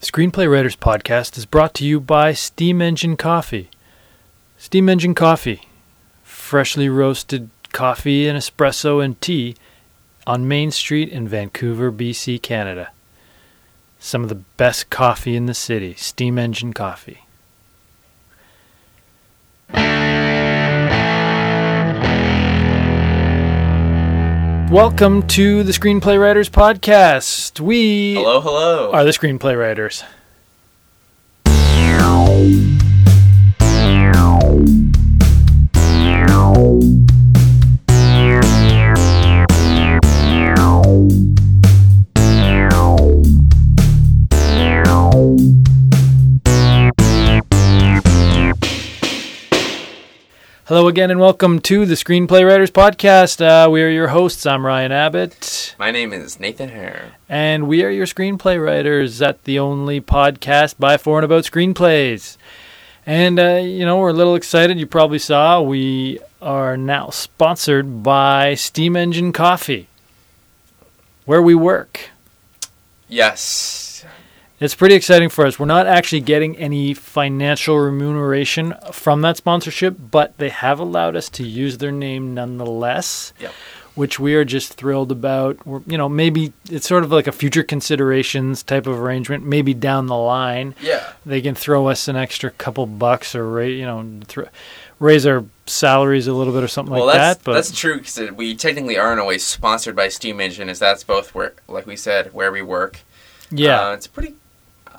Screenplay Writers Podcast is brought to you by Steam Engine Coffee. Steam Engine Coffee, freshly roasted coffee and espresso and tea on Main Street in Vancouver, BC, Canada. Some of the best coffee in the city, Steam Engine Coffee. Welcome to the Screenplay Writers Podcast. We Hello, hello. are the screenplay writers. Hello again, and welcome to the Screenplay Writers Podcast. Uh, we are your hosts. I'm Ryan Abbott. My name is Nathan Hare. And we are your screenplay writers at the only podcast by, for, and about screenplays. And, uh, you know, we're a little excited. You probably saw we are now sponsored by Steam Engine Coffee, where we work. Yes. It's pretty exciting for us. We're not actually getting any financial remuneration from that sponsorship, but they have allowed us to use their name nonetheless, Yep. which we are just thrilled about. We're, you know, maybe it's sort of like a future considerations type of arrangement. Maybe down the line, Yeah. they can throw us an extra couple bucks or ra- you know thr raise our salaries a little bit or something well, like that's that. But that's true because we technically are in a way sponsored by Steam Engine, as that's both where, like we said, where we work. yeah, Uh, it's pretty.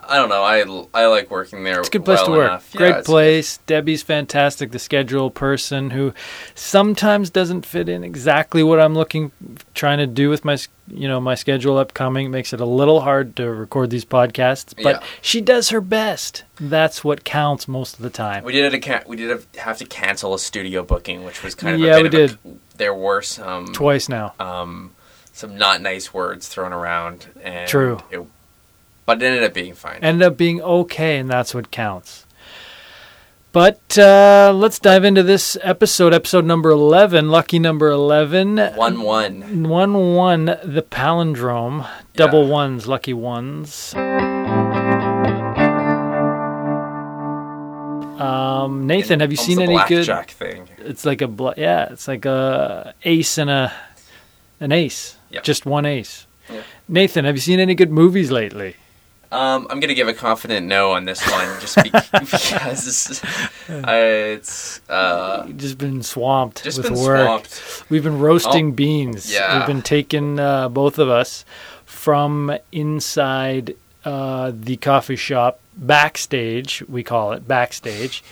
I don't know. I I like working there. It's a good place well to work. enough. Yeah, Great it's- place. Debbie's fantastic, the schedule person who sometimes doesn't fit in exactly what I'm looking trying to do with my s- you know my schedule upcoming. It makes it a little hard to record these podcasts, but Yeah. she does her best. That's what counts most of the time. We did have to can- we did have- have to cancel a studio booking, which was kind of Yeah, A we bit of A, there were some Twice now. um some not nice words thrown around. And True. It, but it ended up being fine. Ended up being okay and that's what counts. But uh, let's dive into this episode, episode number 11, lucky number 11. one one. One one the palindrome. Double ones, lucky ones. Um, Nathan, have you Almost seen a any good? blackjack thing? It's like a bla yeah, it's like a ace and a an ace, Yeah. just one ace. Yeah. Nathan, have you seen any good movies lately? Um, I'm gonna give a confident no on this one, just be- because this, I, it's uh, You've just been swamped just with been work. swamped. We've been roasting beans. yeah. We've been taking uh, both of us from inside uh, the coffee shop backstage. We call it backstage.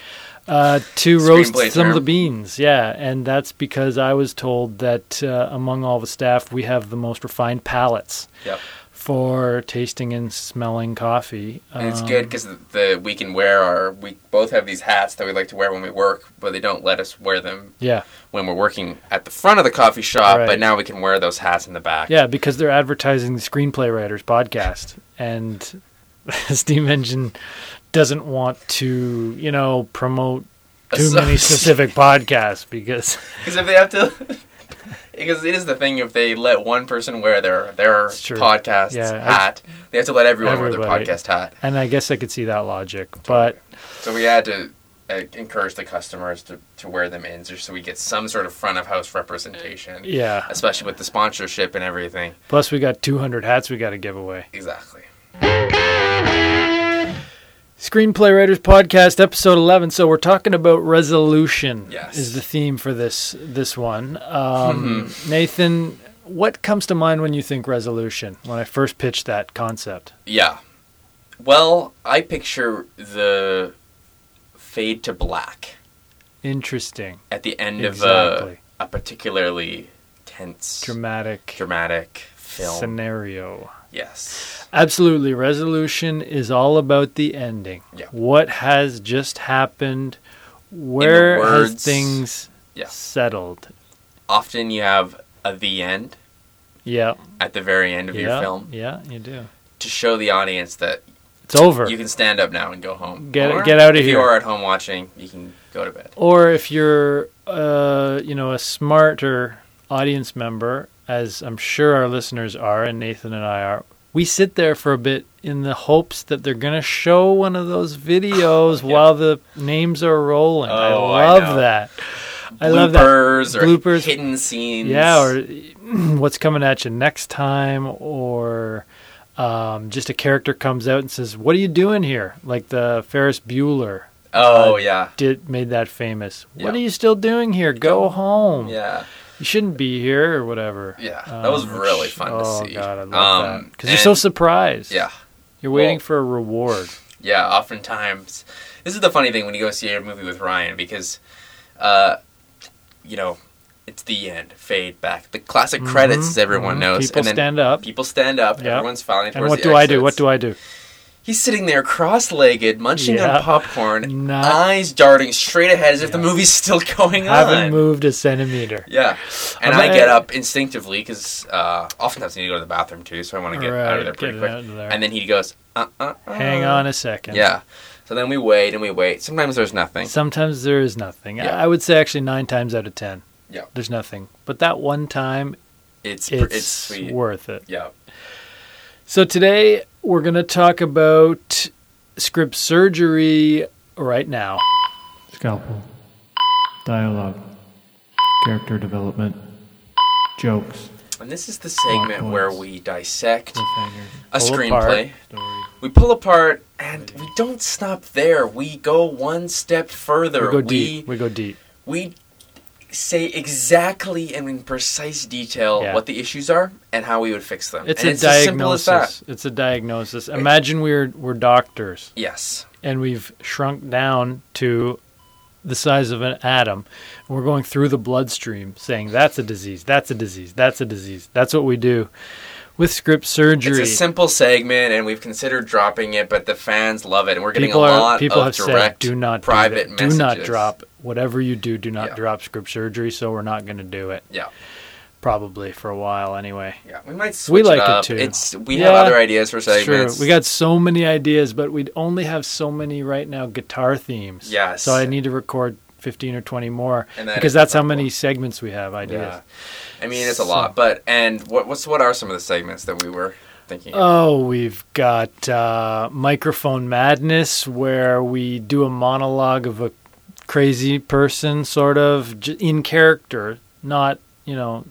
Uh, to roast Screenplay some of the term. beans, yeah, and that's because I was told that uh, among all the staff, we have the most refined palates Yep, for tasting and smelling coffee. and it's Um, good because the, the we can wear our we both have these hats that we like to wear when we work, but they don't let us wear them Yeah, when we're working at the front of the coffee shop. Right. But now we can wear those hats in the back. Yeah, because they're advertising the Screenplay Writers podcast, and Steam Engine doesn't want to, you know, promote too many specific podcasts because Because if they have to, because it is the thing if they let one person wear their their It's true. podcast Yeah, I- hat, they have to let everyone wear Everybody. their podcast hat. and I guess I could see that logic, but So we had to uh, encourage the customers to, to wear them in just so we get some sort of front of house representation, Mm. yeah. especially with the sponsorship and everything. Plus we got 200 hats we got to give away. Exactly. Screenplay Writers Podcast, episode eleven. So we're talking about resolution. Yes. is the theme for this this one. Um, Nathan, what comes to mind when you think resolution? When I first pitched that concept, Yeah. Well, I picture the fade to black interesting, at the end exactly, of uh, a, a particularly tense, dramatic dramatic film. scenario. yes. Absolutely, resolution is all about the ending. Yeah. What has just happened? Where has words- things Yeah. settled? Often you have a the end Yeah, at the very end of yeah, your film yeah, you do. to show the audience that It's over. You can stand up now and go home. Get- Or get outta if here. you are at home watching, you can go to bed. or if you're uh, you know a smarter audience member as i'm sure our listeners are and nathan and i are we sit there for a bit in the hopes that they're going to show one of those videos Yeah. while the names are rolling. I Oh, I love know. that. bloopers I love that. or Bloopers. hidden scenes. Yeah, or what's coming at you next time, or um, just a character comes out and says, "What are you doing here?" Like the Ferris Bueller uh, oh yeah, did made that famous. What Yeah. are you still doing here? Go home. yeah, You shouldn't be here or whatever. Um, Yeah, that was really which- fun to oh, see. god, I love Um, that because you're so and- surprised. yeah, you're waiting well- for a reward. yeah. Oftentimes, this is the funny thing when you go see a movie with Ryan because, uh, you know, it's the end, fade back, the classic credits Mhm, as everyone mhm. knows, People and then stand up. people stand up, Yeah. everyone's filing And towards what the do I do? What exits. do I do? He's sitting there cross-legged, munching Yeah. on popcorn, Not- eyes darting straight ahead as if the Yeah. movie's still going on. Haven't moved a centimeter. Yeah, and I'm I not- get up instinctively because uh, oftentimes I need to go to the bathroom too, so I want to get out of Right, there pretty get quick. out of there. And then he goes, uh, uh, uh. Hang on a second. Yeah. So then we wait and we wait. Sometimes there's nothing. Sometimes there is nothing. Yeah. I I would say actually nine times out of ten. Yeah. There's nothing. But that one time, It's it's, it's, it's sweet. worth it. Yeah. So today we're going to talk about script surgery right now. Scalpel. Dialogue. Character development. Jokes. And this is the segment Likewise. where we dissect Cliffhanger. a Pull screenplay. apart. Story. We pull apart, and we don't stop there. We go one step further. We go we deep. We go deep. we say exactly and in precise detail Yeah. what the issues are and how we would fix them. It's and a it's as simple as diagnosis. that. It's a diagnosis. Imagine we're we're doctors Yes. and we've shrunk down to the size of an atom. We're going through the bloodstream saying that's a disease, that's a disease, that's a disease. That's what we do with script surgery. It's a simple segment, and we've considered dropping it, but the fans love it, and we're getting people a are- lot people of have direct, said do not do private that. do, messages. not drop whatever you do do not Yeah. drop script surgery so we're not going to do it Yeah, probably for a while anyway yeah. We might switch like it it up. too. It's we have Yeah. other ideas for segments. Sure, we got so many ideas, but we'd only have so many right now guitar themes. Yes. So I need to record 15 or 20 more And that because is that's how incredible. many segments we have yeah. ideas. I mean, it's a So- lot, but and what what's what are some of the segments that we were thinking? of? Oh, we've got uh, Microphone Madness where we do a monologue of a crazy person, sort of j- in character, not, you know,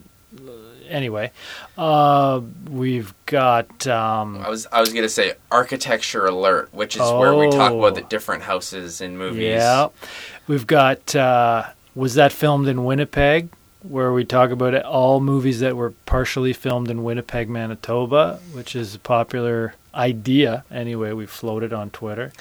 anyway. Uh, we've got. Um, I was I was gonna say architecture alert, which is where we talk Oh. about the different houses in movies. Yeah. We've got uh, was that filmed in Winnipeg where we talk about it, all movies that were partially filmed in Winnipeg, Manitoba, which is a popular idea anyway we floated on Twitter.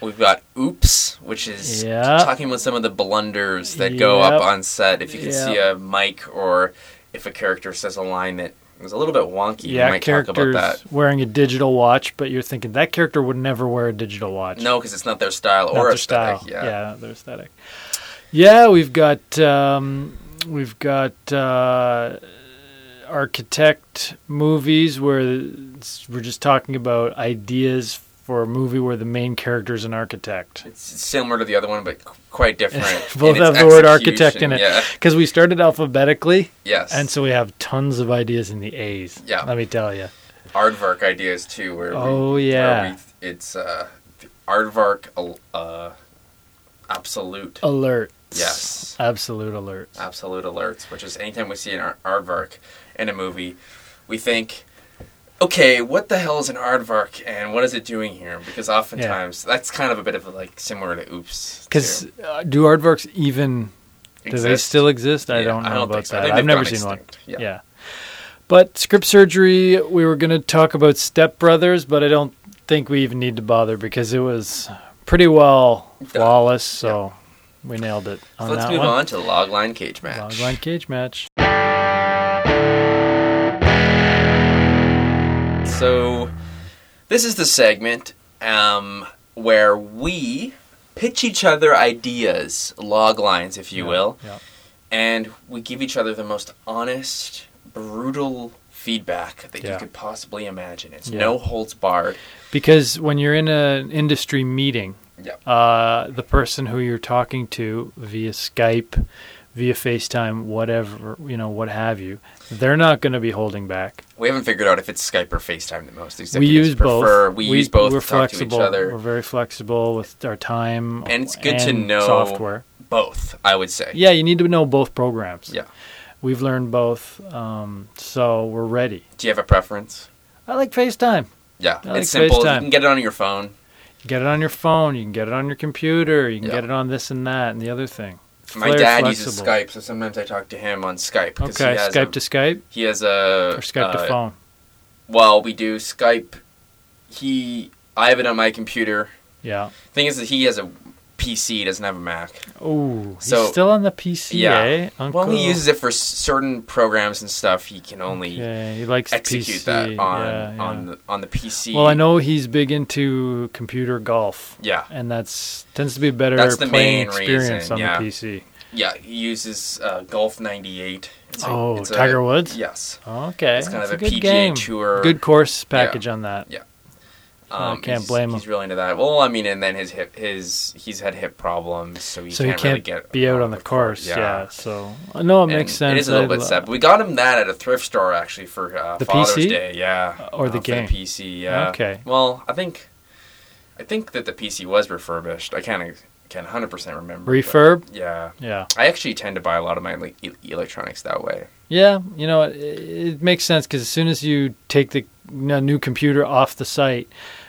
We've got Oops, which is Yeah. talking about some of the blunders that go up Yep. on set. If you can Yeah. see a mic or if a character says a line that is a little bit wonky, we yeah, might talk about characters that. wearing a digital watch, but you're thinking that character would never wear a digital watch. No, because it's not their style not or their aesthetic. style. Yeah. not their aesthetic. Yeah, we've got um, we've got uh, architect movies where it's- we're just talking about ideas for a movie where the main character is an architect. It's similar to the other one, but qu- quite different. in Both its have the word architect execution. in it Yeah. because we started alphabetically, Yes. and so we have tons of ideas in the A's. Yeah. let me tell you. aardvark ideas too, where Oh, we, yeah. where we, it's uh, aardvark al- uh, absolute. Alert. Yes. Absolute alert. absolute alerts, which is anytime we see an ar- aardvark in a movie, we think, okay, what the hell is an aardvark and what is it doing here? Because oftentimes that's kind of a bit of a, like similar to oops. Because too. uh, do aardvarks even Do they Exist. still exist? I Yeah, don't know I don't about think so. I that. think I've they've never gone seen one. extinct. Yeah. Yeah. But script surgery, we were going to talk about Step Brothers, but I don't think we even need to bother because it was pretty well flawless, so we nailed it So on let's that move one. on to the logline cage match. Logline cage match. So this is the segment um, where we pitch each other ideas, log lines, if you will, Yeah. and we give each other the most honest, brutal feedback that Yeah. you could possibly imagine. It's Yeah. no holds barred. Because when you're in an industry meeting, Yep. uh, the person who you're talking to via Skype, via FaceTime, whatever, you know, what have you. They're not going to be holding back. We haven't figured out if it's Skype or FaceTime that most we executives use prefer. both. We, use both We're to talk to each flexible. We're other. very flexible with our time. And it's good to and know- software. Both, I would say. Yeah, you need to know both programs. Yeah. We've learned both, um, so we're ready. Do you have a preference? I like FaceTime. Yeah. I like it's simple. FaceTime. You can get it on your phone. You get it on your phone. You can get it on your computer. You can Yeah. get it on this and that and the other thing. It's My very dad uses flexible. Skype, so sometimes I talk to him on Skype. 'cause Okay, he has Skype a, to Skype He has a. or Skype to uh, phone. Well, we do Skype. He. I have it on my computer. Yeah. Thing is that he has a PC, doesn't have a Mac. Oh, he's So- still on the PC, Yeah. eh? Uncle. Well, he uses it for s- certain programs and stuff. He can only Okay, he likes the execute PC. that on yeah, yeah. on the, on the PC. Well, I know he's big into computer golf, Yeah, and that's tends to be a better That's the playing main experience reason, on yeah. the PC. yeah. He uses uh, Golf '98. It's a- oh, it's a- Tiger Woods. Yes. Okay, It's kind that's of a a, good PGA game. Tour. Good course package on that. Um, I can't he's- blame He's him. really into that. Well, I mean, and then his hip, his he's had hip problems, so he so he can't, can't really get be out around on the course. Yeah. Yeah. So uh, no, it And makes sense. uh, It is a little I bit lo- sad. But we got him that at a thrift store actually for uh, The Father's PC? Day. Yeah, Uh, Or the for game. PC. Yeah. Okay. Well, I think, I think that the PC was refurbished. I can't ex- can't hundred percent remember. but- Refurb. Yeah. Yeah, I actually tend to buy a lot of my le- e- electronics that way. yeah. You know, it, it makes sense because as soon as you take the n- new computer off the site,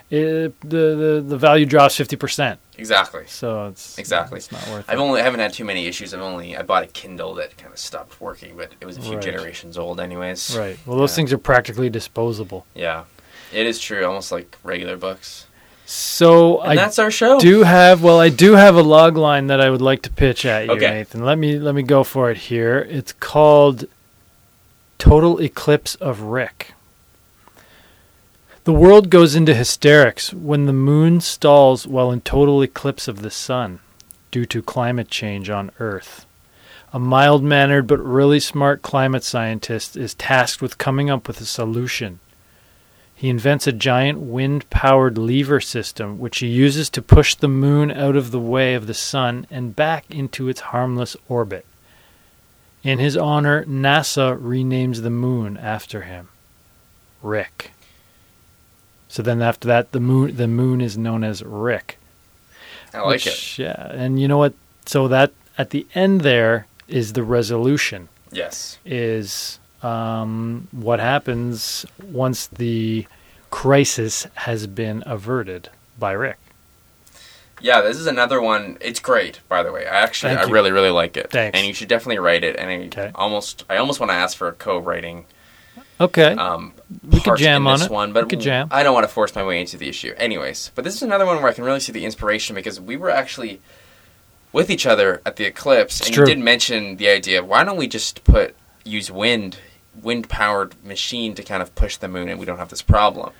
it, the, the the value drops fifty percent. Exactly. So it's Exactly. It's not worth I've it. only I haven't had too many issues. I've only I bought a Kindle that kind of stopped working, but it was a few Right. generations old, anyways. Right. Well, those Yeah. things are practically disposable. Yeah, it is true. Almost like regular books. So And I that's our show. do have well I do have a log line that I would like to pitch at you, Okay. Nathan. Let me let me go for it here. It's called Total Eclipse of Rick. The world goes into hysterics when the moon stalls while in total eclipse of the sun due to climate change on Earth. A mild mannered but really smart climate scientist is tasked with coming up with a solution. He invents a giant wind powered lever system which he uses to push the moon out of the way of the sun and back into its harmless orbit. In his honor, NASA renames the moon after him. Rick. So then after that the moon the moon is known as Rick. I like it. which- Yeah, and you know what? So that at the end there is the resolution Yes. is um, what happens once the crisis has been averted by Rick. Yeah, this is another one. It's great, by the way. I actually, Thank I you. really, really like it. Thanks. And you should definitely write it. And I Okay. almost, I almost want to ask for a co-writing. Okay. Um, We could part jam in on this it. One, but We could jam. I don't want to force my way into the issue, anyways. But this is another one where I can really see the inspiration because we were actually with each other at the eclipse, It's and true. you did mention the idea. Why don't we just put use wind, wind powered machine to kind of push the moon, and we don't have this problem?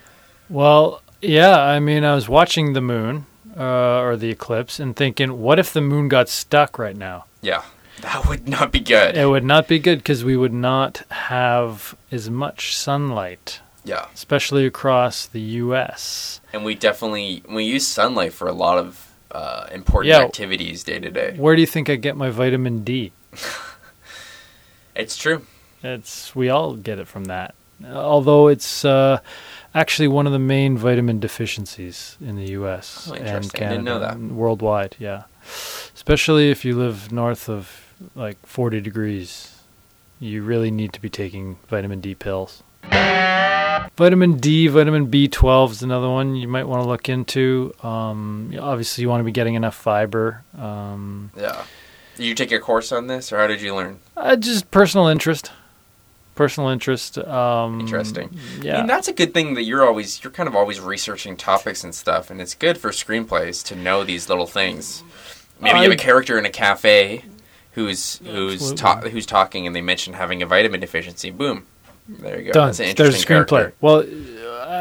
well, yeah, I mean, I was watching the moon uh, or the eclipse and thinking, what if the moon got stuck right now? Yeah, that would not be good. It would not be good because we would not have as much sunlight, yeah, especially across the U.S. and we definitely we use sunlight for a lot of uh, important Yeah. activities day to day. Where do you think I get my vitamin D? It's true. It's we all get it from that. Although it's uh, actually one of the main vitamin deficiencies in the U.S. Oh, and interesting. Canada, I didn't know that. and worldwide. Yeah, especially if you live north of like 40 degrees, you really need to be taking vitamin D pills. Vitamin D, vitamin B12 is another one you might want to look into. Um, obviously, you want to be getting enough fiber. Um, Yeah. Did you take a course on this, or how did you learn? uh, just personal interest. Personal interest. Um, Interesting. Yeah. I mean, that's a good thing that you're always you're kind of always researching topics and stuff, and it's good for screenplays to know these little things. Maybe you I- have a character in a cafe who's who's Absolutely. ta- who's talking, and they mention having a vitamin deficiency. Boom, there you go. Done. That's an There's a interesting screenplay. character. Well,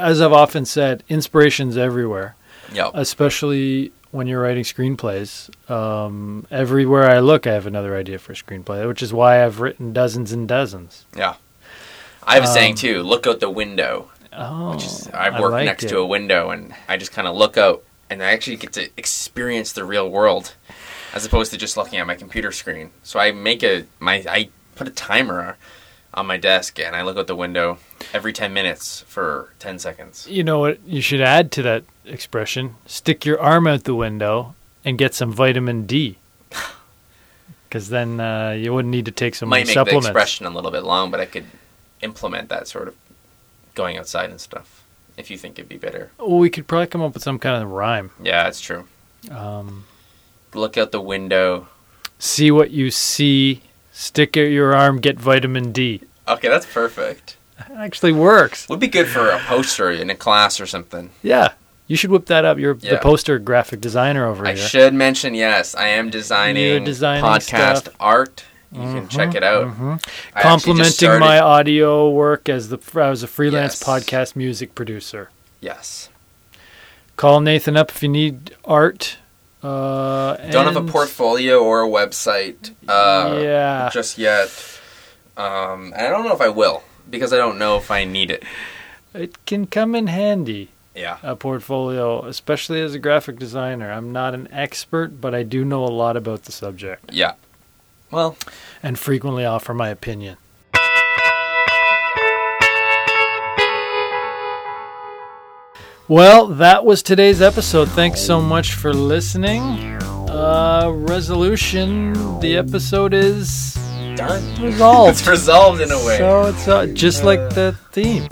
as I've often said, inspiration's everywhere, Yep. especially when you're writing screenplays. Um, everywhere I look, I have another idea for a screenplay, which is why I've written dozens and dozens. yeah. I Um, have a saying too. Look out the window. Oh, Which is, I I work liked next it. to a window, and I just kind of look out, and I actually get to experience the real world. as opposed to just looking at my computer screen. So I make a my I put a timer on my desk and I look out the window every 10 minutes for 10 seconds. You know what you should add to that expression? Stick your arm out the window and get some vitamin D. Because then uh, you wouldn't need to take so Might many make supplements. the expression a little bit long, but I could implement that sort of going outside and stuff if you think it'd be better. Oh, we could probably come up with some kind of rhyme. Yeah, that's true. Um, Look out the window. see what you see. Stick out your arm. Get vitamin D. Okay, that's perfect. That actually works. Would be good for a poster in a class or something. Yeah, you should whip that up. You're the Yeah. poster graphic designer over I here. should mention, yes, I am designing, designing podcast stuff. art. You can check it out. I actually just Complementing Mm-hmm. my started- audio work as the as a freelance Yes. podcast music producer. yes. Call Nathan up if you need art. Uh, Don't have and- a portfolio or a website uh, yeah. just yet. Um, and I don't know if I will because I don't know if I need it. It can come in handy. Yeah. a portfolio, especially as a graphic designer. I'm not an expert, but I do know a lot about the subject Yeah. Well, and frequently offer my opinion. Well, that was today's episode. Thanks so much for listening. Uh, resolution the episode is done. resolved. It's resolved in a way. Oh. So it's uh, just like the theme.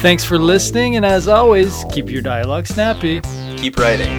Thanks for listening, and as always, keep your dialogue snappy. Keep writing.